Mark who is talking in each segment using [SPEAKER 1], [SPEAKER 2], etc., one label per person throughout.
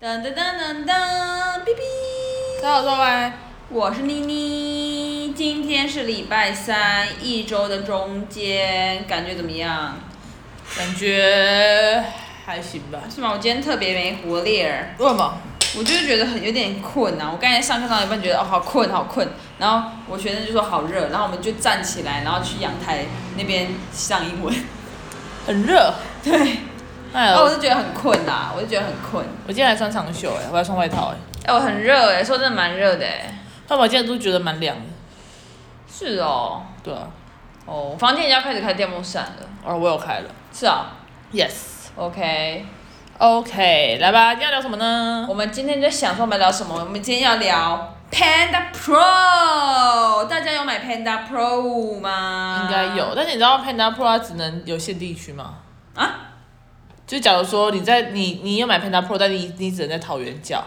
[SPEAKER 1] 噔噔噔噔噔，哔哔，
[SPEAKER 2] 大家好，各位，
[SPEAKER 1] 我是妮妮，今天是礼拜三，一周的中间，感觉怎么样？
[SPEAKER 2] 感觉还行吧？
[SPEAKER 1] 是吗？我今天特别没活力儿，
[SPEAKER 2] 为什么？
[SPEAKER 1] 我就是觉得很有点困啊。我刚才上课到一半觉得哦好困好困，然后我学生就说好热，然后我们就站起来，然后去阳台那边上 英文。
[SPEAKER 2] 很热。
[SPEAKER 1] 对，哦
[SPEAKER 2] 哎
[SPEAKER 1] 然
[SPEAKER 2] 呦，
[SPEAKER 1] 后我
[SPEAKER 2] 我
[SPEAKER 1] 就觉得很困啦，我就觉得很困。
[SPEAKER 2] 今天还穿长袖哎、我还穿外套哎、
[SPEAKER 1] 哎、我很热哎、说真的蛮热的哎、
[SPEAKER 2] 但我今天都觉得蛮凉的。
[SPEAKER 1] 是哦，
[SPEAKER 2] 对啊，
[SPEAKER 1] 哦，我房间已经要开始开电风扇了。
[SPEAKER 2] 哦，我有开了。
[SPEAKER 1] 是啊
[SPEAKER 2] Yes。
[SPEAKER 1] ，OK。
[SPEAKER 2] OK，来吧，今天要聊什么呢
[SPEAKER 1] 我？们今天就想说我们聊什么？我们今天要聊 Panda Pro。大家有买 Panda Pro 吗？
[SPEAKER 2] 应该有，但是你知道 Panda Pro 它只能有限地区吗？
[SPEAKER 1] 啊？
[SPEAKER 2] 就假如说你在你你有买 Panda Pro，但你你只能在桃园叫。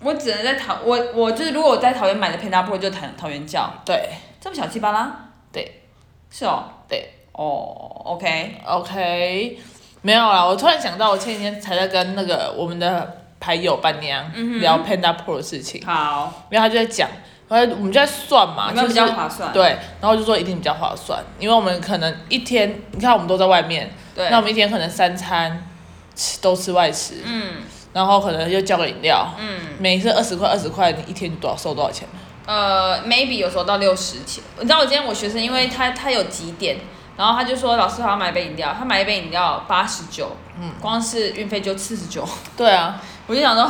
[SPEAKER 1] 我只能在桃，我我就是如果我在桃园买的 Panda Pro 就桃桃园叫，
[SPEAKER 2] 对
[SPEAKER 1] 这么小气巴拉？
[SPEAKER 2] 对
[SPEAKER 1] 是哦，
[SPEAKER 2] 对
[SPEAKER 1] 哦，OK，
[SPEAKER 2] ，OK，没有啦，我突然想到，我前几天才在跟那个我们的牌友伴娘
[SPEAKER 1] 嗯
[SPEAKER 2] 聊 Panda Pro 的事情。
[SPEAKER 1] 好，
[SPEAKER 2] 因为他就在讲，然后我们就在算嘛，
[SPEAKER 1] 有没
[SPEAKER 2] 啊就
[SPEAKER 1] 有
[SPEAKER 2] 是
[SPEAKER 1] 比较划算？
[SPEAKER 2] 对，然后就说一定比较划算，因为我们可能一天，你看我们都在外面，
[SPEAKER 1] 对
[SPEAKER 2] 那我们一天可能三餐吃都吃外食，
[SPEAKER 1] 嗯
[SPEAKER 2] 然后可能又叫个饮料，
[SPEAKER 1] 嗯，
[SPEAKER 2] 每次二十块二十块，你一天多少收多少钱？
[SPEAKER 1] 呃，maybe 有时候到六十钱。你知道我今天我学生，因为他他有几点，然后他就说老师好像买一杯饮料，他买一杯饮料八十九，嗯，光是运费就四十九，
[SPEAKER 2] 对啊，
[SPEAKER 1] 我就想说，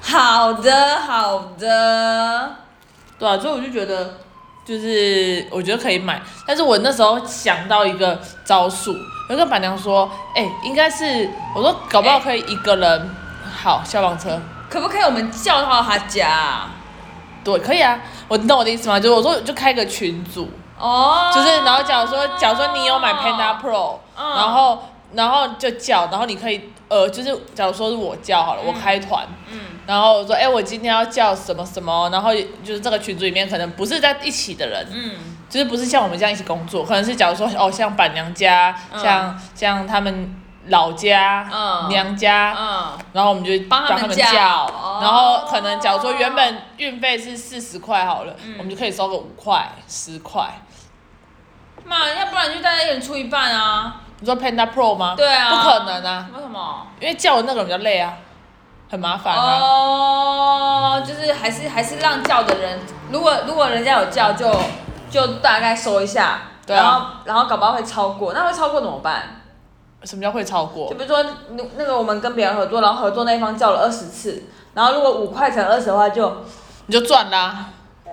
[SPEAKER 1] 好的好的，
[SPEAKER 2] 对啊，所以我就觉得。就是我觉得可以买，但是我那时候想到一个招数，有个板娘说，哎、应该是我说搞不好可以一个人，好消防车，
[SPEAKER 1] 可不可以我们叫到他家？
[SPEAKER 2] 对，可以啊。我你懂我的意思吗？就是我说就开个群组，
[SPEAKER 1] 哦，
[SPEAKER 2] 就是然后假如说假如说你有买 Panda Pro，、
[SPEAKER 1] 嗯
[SPEAKER 2] 然后然后就叫，然后你可以呃，就是假如说是我叫好了，我开团，
[SPEAKER 1] 嗯
[SPEAKER 2] 然后我说哎、我今天要叫什么什么，然后就是这个群组里面可能不是在一起的人，
[SPEAKER 1] 嗯
[SPEAKER 2] 就是不是像我们这样一起工作，可能是假如说哦像板娘家，
[SPEAKER 1] 嗯
[SPEAKER 2] 像像他们老家、
[SPEAKER 1] 嗯
[SPEAKER 2] 娘家，
[SPEAKER 1] 嗯，
[SPEAKER 2] 然后我们就
[SPEAKER 1] 帮他们
[SPEAKER 2] 他们
[SPEAKER 1] 叫
[SPEAKER 2] 叫，
[SPEAKER 1] 哦
[SPEAKER 2] 然后可能假如说原本运费是四十块好了，
[SPEAKER 1] 嗯
[SPEAKER 2] 我们就可以收个五块、十块。
[SPEAKER 1] 妈，要不然就大家一人出一半啊？
[SPEAKER 2] 你说 Panda Pro 吗？
[SPEAKER 1] 对啊，
[SPEAKER 2] 不可能啊，
[SPEAKER 1] 为什么？
[SPEAKER 2] 因为叫的那个人比较累啊，很麻烦啊。
[SPEAKER 1] 哦，就是还是还是让叫的人，如果如果人家有叫就就大概收一下，
[SPEAKER 2] 对啊
[SPEAKER 1] 然后然后搞不好会超过，那会超过怎么办？
[SPEAKER 2] 什么叫会
[SPEAKER 1] 就
[SPEAKER 2] 超过？
[SPEAKER 1] 比如说那那个我们跟别人合作，然后合作那一方叫了二十次，然后如果五块乘二十的话就
[SPEAKER 2] 你就赚啦、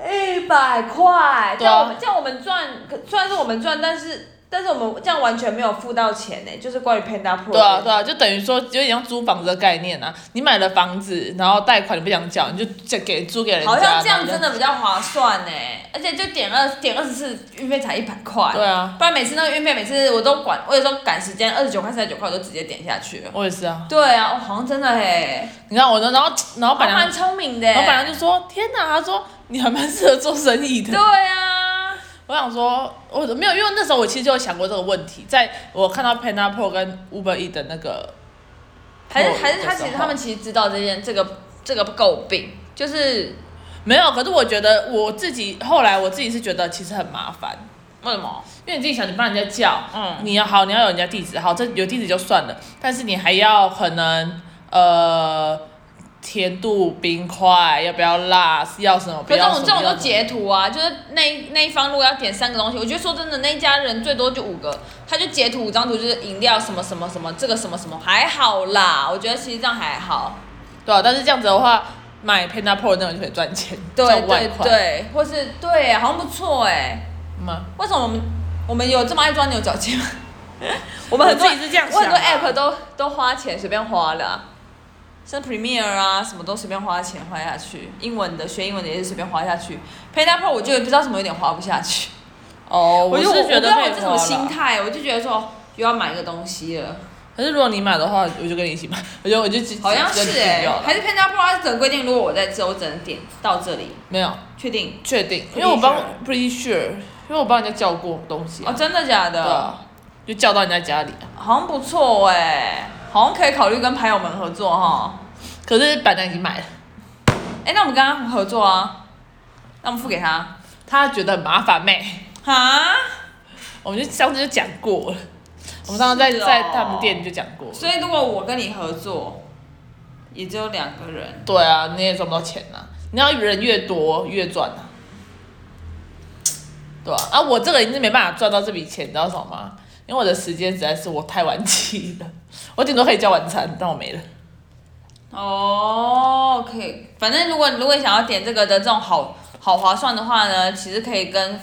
[SPEAKER 1] 一百块，这
[SPEAKER 2] 对啊
[SPEAKER 1] 样我们这样我们赚，可虽然是我们赚，但是但是我们这样完全没有付到钱呢、就是关于 Panda Pro
[SPEAKER 2] 对啊，
[SPEAKER 1] 的
[SPEAKER 2] 对啊，就等于说有点像租房子的概念啊。你买了房子，然后贷款你不想缴，你就借给租给人家。
[SPEAKER 1] 好像这样
[SPEAKER 2] 然后
[SPEAKER 1] 真
[SPEAKER 2] 就
[SPEAKER 1] 的比较划算呢，而且就点二点二十次运费才一百块，
[SPEAKER 2] 对啊
[SPEAKER 1] 不然每次那个运费每次我都管，我有时候赶时间二十九块三十九块我都直接点下去了。
[SPEAKER 2] 我也是啊。
[SPEAKER 1] 对啊，我好像真的嘿，
[SPEAKER 2] 你看我呢，然后然后
[SPEAKER 1] 还
[SPEAKER 2] 板娘
[SPEAKER 1] 蛮，聪明的。
[SPEAKER 2] 然后板娘就说：“天哪，他说你还蛮适合做生意的。”
[SPEAKER 1] 对啊，
[SPEAKER 2] 我想说，我没有，因为那时候我其实就有想过这个问题，在我看到 Panda Pro 跟 Uber E 的那个，
[SPEAKER 1] 还
[SPEAKER 2] 我
[SPEAKER 1] 是还是他
[SPEAKER 2] 我知
[SPEAKER 1] 其
[SPEAKER 2] 道
[SPEAKER 1] 实他们其实知道这件这个这个诟病，就是
[SPEAKER 2] 没有，可是我觉得我自己后来我自己是觉得其实很麻烦，
[SPEAKER 1] 为什么？
[SPEAKER 2] 因为你自己想，你帮人家叫，
[SPEAKER 1] 嗯
[SPEAKER 2] 你要好，你要有人家地址，好，这有地址就算了，但是你还要可能呃甜度、冰块，要不要辣，要什么不
[SPEAKER 1] 可是
[SPEAKER 2] 要
[SPEAKER 1] 这种
[SPEAKER 2] 什么。
[SPEAKER 1] 这种都
[SPEAKER 2] 要什么
[SPEAKER 1] 截图啊，就是那那一方如果要点三个东西，我觉得说真的，那一家人最多就五个，他就截图五张图，就是饮料什么什么什么，这个什么什么还好啦，我觉得其实这样还好。
[SPEAKER 2] 对啊，但是这样子的话，买 Panda Pro 那种就可以赚钱，
[SPEAKER 1] 对
[SPEAKER 2] 赚外
[SPEAKER 1] 对
[SPEAKER 2] 快，
[SPEAKER 1] 对，或是对，好像不错哎、
[SPEAKER 2] 吗？
[SPEAKER 1] 为什么我们我们有这么爱钻牛角尖吗？ 我们很多
[SPEAKER 2] 我自己是这样
[SPEAKER 1] 我很多
[SPEAKER 2] 想啊
[SPEAKER 1] app 都都花钱随便花了、啊，像 Premiere 啊什么都随便花钱花下去，英文的学英文的也是随便花下去。Panda Pro 我就不知道什么有点花不下去。
[SPEAKER 2] 哦，
[SPEAKER 1] 我
[SPEAKER 2] 是
[SPEAKER 1] 就我不
[SPEAKER 2] 觉
[SPEAKER 1] 知
[SPEAKER 2] 得
[SPEAKER 1] 道
[SPEAKER 2] 可
[SPEAKER 1] 我
[SPEAKER 2] 以
[SPEAKER 1] 这种
[SPEAKER 2] 花啦
[SPEAKER 1] 心态，我就觉得说又要买一个东西了，
[SPEAKER 2] 可是如果你买的话，我就跟你一起买， 我就我就只
[SPEAKER 1] 好像是哎、还
[SPEAKER 2] 还
[SPEAKER 1] 是 Panda Pro 它整规定，如果我在这，我只能点到这里，
[SPEAKER 2] 没有
[SPEAKER 1] 确定？
[SPEAKER 2] 确定，
[SPEAKER 1] Pretty
[SPEAKER 2] 因为我帮
[SPEAKER 1] sure
[SPEAKER 2] pretty sure，因为我帮人家叫过东西、
[SPEAKER 1] 哦，
[SPEAKER 2] 啊，
[SPEAKER 1] 真的假
[SPEAKER 2] 对
[SPEAKER 1] 的？
[SPEAKER 2] 啊，就叫到人家家里啊、
[SPEAKER 1] 欸好像不错哎、好像可以考虑跟朋友们合作哈。
[SPEAKER 2] 可是板娘已经买了，
[SPEAKER 1] 哎、那我们跟他合作啊，那我们付给他。
[SPEAKER 2] 她觉得很麻烦妹。
[SPEAKER 1] 哈，
[SPEAKER 2] 我们就上次就讲过了，我们上次在、
[SPEAKER 1] 是哦
[SPEAKER 2] 在他们店就讲过了。
[SPEAKER 1] 所以如果我跟你合作，也只有两个人，
[SPEAKER 2] 对啊，你也赚不到钱啊！你要人越多越赚啊，对啊，啊，我这个人是没办法赚到这笔钱，你知道什么吗？因为我的时间实在是我太晚起了， 我顶多可以叫晚餐，但我没了。
[SPEAKER 1] 哦、o k 反正如果如果想要点这个的这种好好划算的话呢，其实可以跟，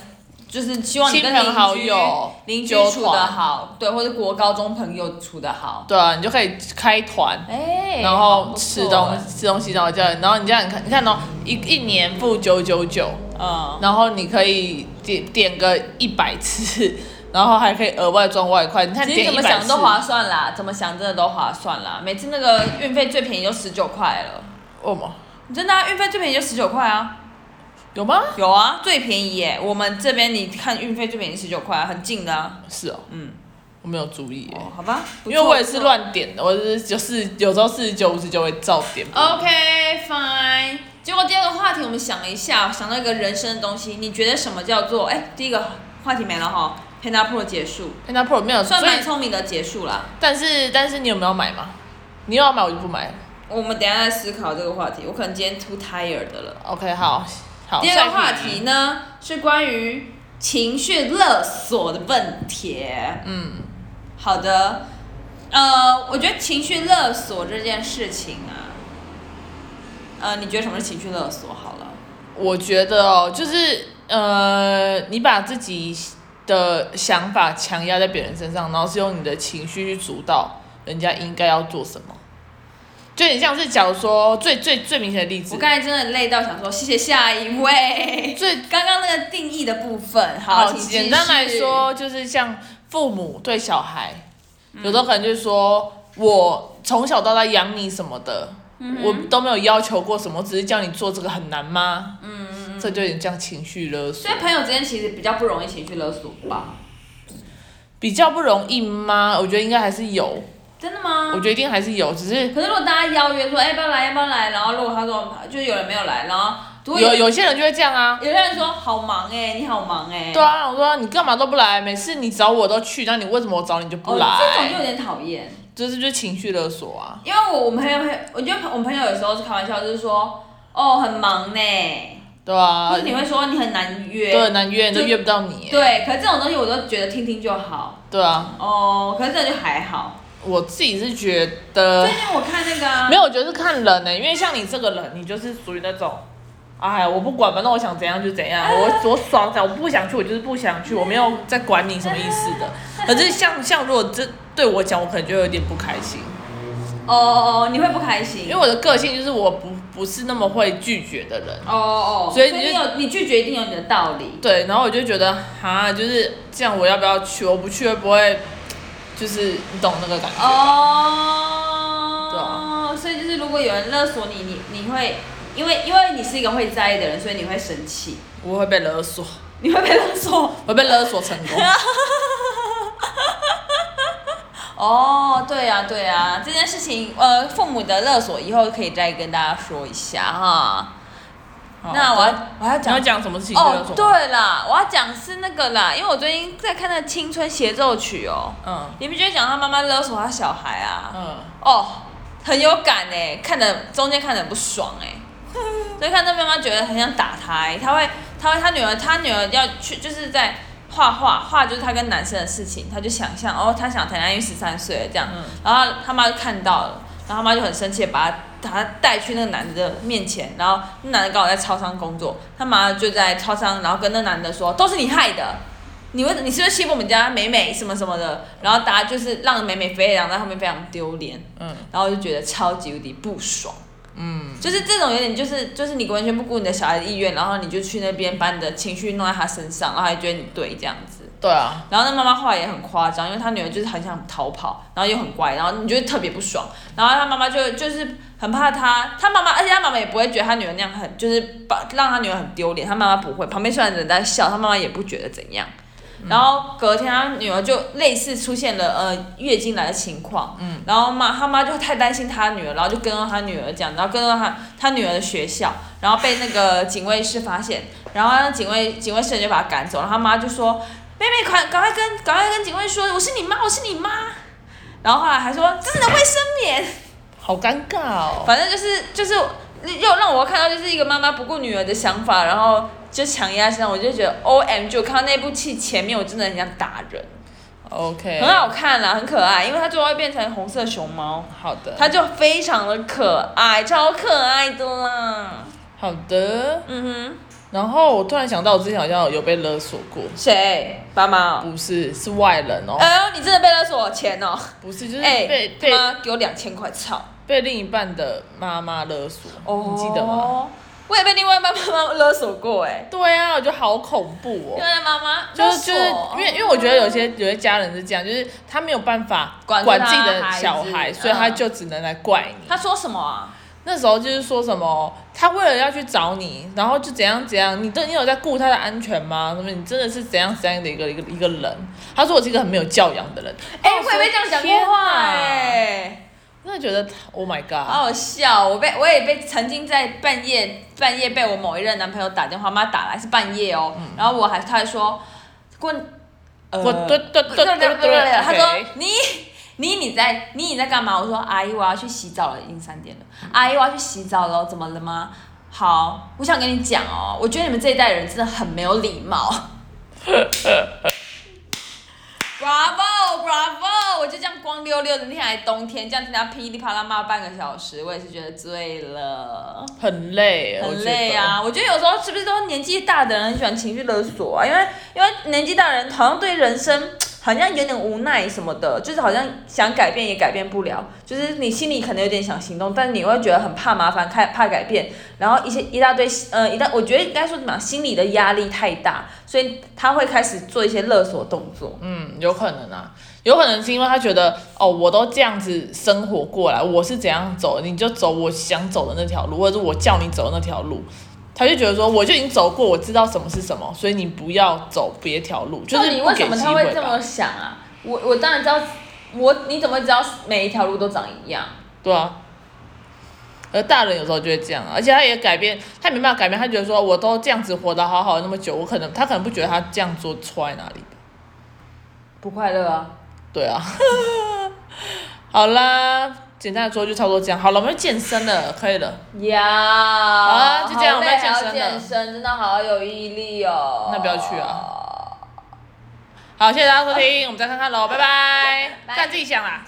[SPEAKER 1] 就是希望你跟
[SPEAKER 2] 亲
[SPEAKER 1] 邻居
[SPEAKER 2] 朋好友
[SPEAKER 1] 邻居
[SPEAKER 2] 纠
[SPEAKER 1] 处的
[SPEAKER 2] 团
[SPEAKER 1] 好，对，或者国高中朋友处的好，
[SPEAKER 2] 对啊，你就可以开团，
[SPEAKER 1] 哎、
[SPEAKER 2] 然
[SPEAKER 1] 好哦
[SPEAKER 2] 后
[SPEAKER 1] 不
[SPEAKER 2] 吃
[SPEAKER 1] 错
[SPEAKER 2] 东吃东西，然后叫人，然后你这样你看，你看哦，一一年付九九九，
[SPEAKER 1] 嗯，
[SPEAKER 2] 然后你可以点点个一百次，然后还可以额外赚外快。你看
[SPEAKER 1] 其实
[SPEAKER 2] 点
[SPEAKER 1] 怎
[SPEAKER 2] 一
[SPEAKER 1] 么
[SPEAKER 2] 百
[SPEAKER 1] 想
[SPEAKER 2] 次
[SPEAKER 1] 都，划算啦，怎么想真的都划算啦。每次那个运费最便宜就十九块了，
[SPEAKER 2] 哦嘛，
[SPEAKER 1] 真的、啊，运费最便宜就十九块啊。
[SPEAKER 2] 有吗？
[SPEAKER 1] 有啊，最便宜耶、我们这边你看运费最便宜十九块、啊，很近的啊。
[SPEAKER 2] 是哦，
[SPEAKER 1] 嗯，
[SPEAKER 2] 我没有注意耶。
[SPEAKER 1] 哦，好吧，不
[SPEAKER 2] 因
[SPEAKER 1] 错
[SPEAKER 2] 为我也是。
[SPEAKER 1] 不错
[SPEAKER 2] 乱点的，我是就是有时候四十九、五十九会照点。
[SPEAKER 1] 哦 OK fine。结果第二个话题我们想了一下，想到一个人生的东西，你觉得什么叫做？哎、第一个话题没了哈，Panda Pro 结束，
[SPEAKER 2] 哎那 Pro 没有，所
[SPEAKER 1] 算
[SPEAKER 2] 以
[SPEAKER 1] 蛮聪明的结束啦。
[SPEAKER 2] 但是但是你有没有买嘛？你有要买我就不买了。
[SPEAKER 1] 我们等一下再思考这个话题，我可能今天 too tired 的了。
[SPEAKER 2] OK，好，好。
[SPEAKER 1] 第二个话
[SPEAKER 2] 下一
[SPEAKER 1] 题呢是关于情绪勒索的问题。嗯，好的，呃，我觉得情绪勒索这件事情啊，呃，你觉得什么是情绪勒索？好了，
[SPEAKER 2] 我觉得哦，就是呃，你把自己的想法强压在别人身上，然后是用你的情绪去主导人家应该要做什么。就很像是，假如说最最最明显的例子
[SPEAKER 1] 我，刚才真的累到想说，谢谢下一 位。
[SPEAKER 2] 最
[SPEAKER 1] 刚刚那个定义的部分，
[SPEAKER 2] 好，
[SPEAKER 1] 请
[SPEAKER 2] 简单
[SPEAKER 1] 继续
[SPEAKER 2] 来，说，就是像父母对小孩，有时候可能就是说我从小到大养你什么的，
[SPEAKER 1] 嗯
[SPEAKER 2] 我都没有要求过什么，只是叫你做这个很难吗？嗯，这就有点像情绪勒索
[SPEAKER 1] 所以，朋友之间其实比较不容易情绪勒索吧？
[SPEAKER 2] 比较不容易吗？我觉得应该还是有，
[SPEAKER 1] 真的吗？
[SPEAKER 2] 我觉得一定还是有，只是
[SPEAKER 1] 可是如果大家邀约说，哎、要不要来，要不要来？然后如果他说，就是有人没有来，然后如果
[SPEAKER 2] 有有些人就会这样啊。
[SPEAKER 1] 有些人说好忙哎、你好忙哎、
[SPEAKER 2] 对啊，我说你干嘛都不来，每次你找我都去，那你为什么我找你就不
[SPEAKER 1] 哦，这种就
[SPEAKER 2] 来？
[SPEAKER 1] 有点讨厌，
[SPEAKER 2] 就是就是情绪勒索啊。
[SPEAKER 1] 因为我我们朋友，我觉得我们朋友有时候是开玩笑，就是说，哦，很忙呢、
[SPEAKER 2] 对啊
[SPEAKER 1] 或，者你会说你很难约，
[SPEAKER 2] 对，难约
[SPEAKER 1] 就
[SPEAKER 2] 都约不到你欸。
[SPEAKER 1] 对可是这种东西我都觉得听听就好，
[SPEAKER 2] 对啊，
[SPEAKER 1] 哦，可是这就还好。
[SPEAKER 2] 我自己是觉得
[SPEAKER 1] 最近我看那个啊
[SPEAKER 2] 没有，我觉得是看人欸呢、因为像你这个人，你就是属于那种，哎呀，我不管，反正我想怎样就怎
[SPEAKER 1] 啊
[SPEAKER 2] 样，我我爽怎样，我不想去我就是不想去，我没有在管你什么意思的。可是像像如果这对我讲，我可能就有点不开心，
[SPEAKER 1] 哦哦哦，你会不开
[SPEAKER 2] 因
[SPEAKER 1] 心
[SPEAKER 2] 为。我的个性就是我不不是那么会拒绝的人。
[SPEAKER 1] 哦哦哦，
[SPEAKER 2] 所以你
[SPEAKER 1] 你
[SPEAKER 2] 就
[SPEAKER 1] 有你拒绝一定有你的道理。
[SPEAKER 2] 对，然后我就觉得哈，就是这样，我要不要去？我不去会不会，就是你懂那个感觉吧？
[SPEAKER 1] 哦，
[SPEAKER 2] 对啊
[SPEAKER 1] 所以就是如果有人勒索你，你你会因为因为你是一个会在意的人，所以你会生气，
[SPEAKER 2] 我会被勒索，
[SPEAKER 1] 你会被勒索。
[SPEAKER 2] 我被勒索成 功。
[SPEAKER 1] 哦，对呀、对呀、这件事情，呃，父母的勒索以后可以再跟大家说一下哈。那我要我要
[SPEAKER 2] 你要
[SPEAKER 1] 讲
[SPEAKER 2] 讲什么事情？
[SPEAKER 1] 哦，，对啦，我要讲是那个啦，因为我最近在看那《青春协奏曲》哦，
[SPEAKER 2] 嗯
[SPEAKER 1] 里面就会讲他妈妈勒索他小孩啊，
[SPEAKER 2] 嗯，
[SPEAKER 1] 哦，很有感哎，看的中间看的不爽哎，所以看到妈妈觉得很想打他哎，他会他会他女儿他女儿要去就是在画画画就是他跟男生的事情，他就想象哦他想谈恋爱，因为十三岁了这样，
[SPEAKER 2] 嗯
[SPEAKER 1] 然后他妈就看到了，然后他妈就很生气，把他把他带去那个男的面前，然后那男的刚好在超商工作，他妈就在超商，然后跟那男的说都是你害的。你为你是不是欺负我们家美美什么什么的？然后大家就是让美美飞扬，让他们非常丢脸。
[SPEAKER 2] 嗯
[SPEAKER 1] 然后我就觉得超级无敌不爽，
[SPEAKER 2] 嗯，
[SPEAKER 1] 就是这种有点就是就是你完全不顾你的小孩的意愿，然后你就去那边把你的情绪弄在他身上，然后还觉得你对这样子。
[SPEAKER 2] 对啊，
[SPEAKER 1] 然后那妈妈后来也很夸张，因为她女儿就是很想逃跑，然后又很乖，然后你就会特别不爽。然后她妈妈就就是很怕她，她妈妈，而且她妈妈也不会觉得她女儿那样很，就是把让她女儿很丢脸。她妈妈不会，旁边虽然有人在笑，她妈妈也不觉得怎样。然后隔天他女儿就类似出现了呃月经来的情况，
[SPEAKER 2] 嗯
[SPEAKER 1] 然后妈他妈就太担心他女儿，然后就跟到他女儿讲，然后跟到他他女儿的学校，然后被那个警卫室发现，然后那警卫警卫室就把他赶走，然后他妈就说：“妹妹，快赶快跟赶快跟警卫说，我是你妈，我是你妈。”然后后来还说这是你的卫生棉，
[SPEAKER 2] 好尴尬哦。
[SPEAKER 1] 反正就是就是又让我看到就是一个妈妈不顾女儿的想法，然后就强压身上，我就觉得 O M G！我看到那部戏前面，我真的很想打人，
[SPEAKER 2] OK，
[SPEAKER 1] 很好看啦，很可爱，因为它最后会变成红色熊猫，
[SPEAKER 2] 好的，
[SPEAKER 1] 它就非常的可爱，超可爱的啦。
[SPEAKER 2] 好的。
[SPEAKER 1] 嗯哼，
[SPEAKER 2] 然后我突然想到，我之前好像有被勒索过，
[SPEAKER 1] 谁？爸妈、哦？
[SPEAKER 2] 不是，是外人哦，
[SPEAKER 1] 哎呦，你真的被勒索钱哦！
[SPEAKER 2] 不是，就是
[SPEAKER 1] 哎、
[SPEAKER 2] 嗯被
[SPEAKER 1] 他
[SPEAKER 2] 被
[SPEAKER 1] 妈给我两千块，操！
[SPEAKER 2] 被另一半的妈妈勒索，
[SPEAKER 1] 哦，
[SPEAKER 2] 你记得吗？？
[SPEAKER 1] 我也被另外一半妈妈勒索过、哎，
[SPEAKER 2] 对啊，我觉得好恐怖哦
[SPEAKER 1] 另。外一半妈妈
[SPEAKER 2] 就
[SPEAKER 1] 勒索
[SPEAKER 2] 是就是因为因为我觉得有些有些家人是这样，就是他没有办法
[SPEAKER 1] 管
[SPEAKER 2] 管
[SPEAKER 1] 住他
[SPEAKER 2] 自己的
[SPEAKER 1] 孩
[SPEAKER 2] 小
[SPEAKER 1] 子
[SPEAKER 2] 孩，所以他
[SPEAKER 1] 嗯
[SPEAKER 2] 就只能来怪你。
[SPEAKER 1] 他说什么啊？
[SPEAKER 2] 那时候就是说什么，他为了要去找你，然后就怎样怎样，你都你有在顾他的安全吗？什么你真的是怎样怎样的一个一个一个人？他说我是一个很没有教养的人。
[SPEAKER 1] 哎、
[SPEAKER 2] 然后
[SPEAKER 1] 我也被这样讲过话哎、
[SPEAKER 2] 我真的觉得 Oh my God，、
[SPEAKER 1] 好好笑。我被我也被曾经在半夜半夜被我某一任男朋友打电话，妈打来是半夜哦，然后我还他还说滚，呃
[SPEAKER 2] 我对对对对对对，
[SPEAKER 1] 他说
[SPEAKER 2] OK
[SPEAKER 1] 你。你你在你你在干嘛？我说阿姨我要去洗澡了，已经三点了。阿姨我要去洗澡了，怎么了吗？好，我想跟你讲哦，我觉得你们这一代人真的很没有礼貌。Bravo Bravo！我就这样光溜溜的那天还冬天，这样听他噼里啪啦骂半个小时，我也是觉得醉了，
[SPEAKER 2] 很累，我
[SPEAKER 1] 很
[SPEAKER 2] 觉
[SPEAKER 1] 累
[SPEAKER 2] 得。
[SPEAKER 1] 啊。我觉得有时候是不是都年纪大的人很喜欢情绪勒索啊？因为因为年纪大人好像对人生好像有点无奈什么的，就是好像想改变也改变不了，就是你心里可能有点想行动，但你会觉得很怕麻烦，怕怕改变，然后一些一大堆呃一大，我觉得应该说什么啊心理的压力太大，所以他会开始做一些勒索动作。
[SPEAKER 2] 嗯，有可能啊，有可能是因为他觉得哦，我都这样子生活过来，我是怎样走，你就走我想走的那条路，或者是我叫你走的那条路，他就觉得说我就已经走过，我知道什么是什么，所以你不要走别条路，就
[SPEAKER 1] 到
[SPEAKER 2] 是
[SPEAKER 1] 底
[SPEAKER 2] 不
[SPEAKER 1] 为
[SPEAKER 2] 给
[SPEAKER 1] 什么
[SPEAKER 2] 机
[SPEAKER 1] 他会
[SPEAKER 2] 会
[SPEAKER 1] 这
[SPEAKER 2] 吧。
[SPEAKER 1] 么想啊？我我当然知道，我你怎么会知道每一条路都长一样？
[SPEAKER 2] 对啊，而大人有时候就会这样啊，而且他也改变，他也没办法改变，他觉得说我都这样子活得好好的那么久，我可能他可能不觉得他这样做错在哪里。
[SPEAKER 1] 不快乐啊！
[SPEAKER 2] 对啊， 好啦，简单的说就差不多这样。好了，我们要健身了，可以了。
[SPEAKER 1] 呀、
[SPEAKER 2] 啊就这样
[SPEAKER 1] 好
[SPEAKER 2] 我
[SPEAKER 1] 累
[SPEAKER 2] 们要健
[SPEAKER 1] 还
[SPEAKER 2] 身
[SPEAKER 1] 要
[SPEAKER 2] 了
[SPEAKER 1] 健身，真的好有毅力哦。
[SPEAKER 2] 那不要去
[SPEAKER 1] 啊
[SPEAKER 2] 啊好，谢谢大家收听，我们再看看喽，拜拜。
[SPEAKER 1] 拜
[SPEAKER 2] 看自己想啦。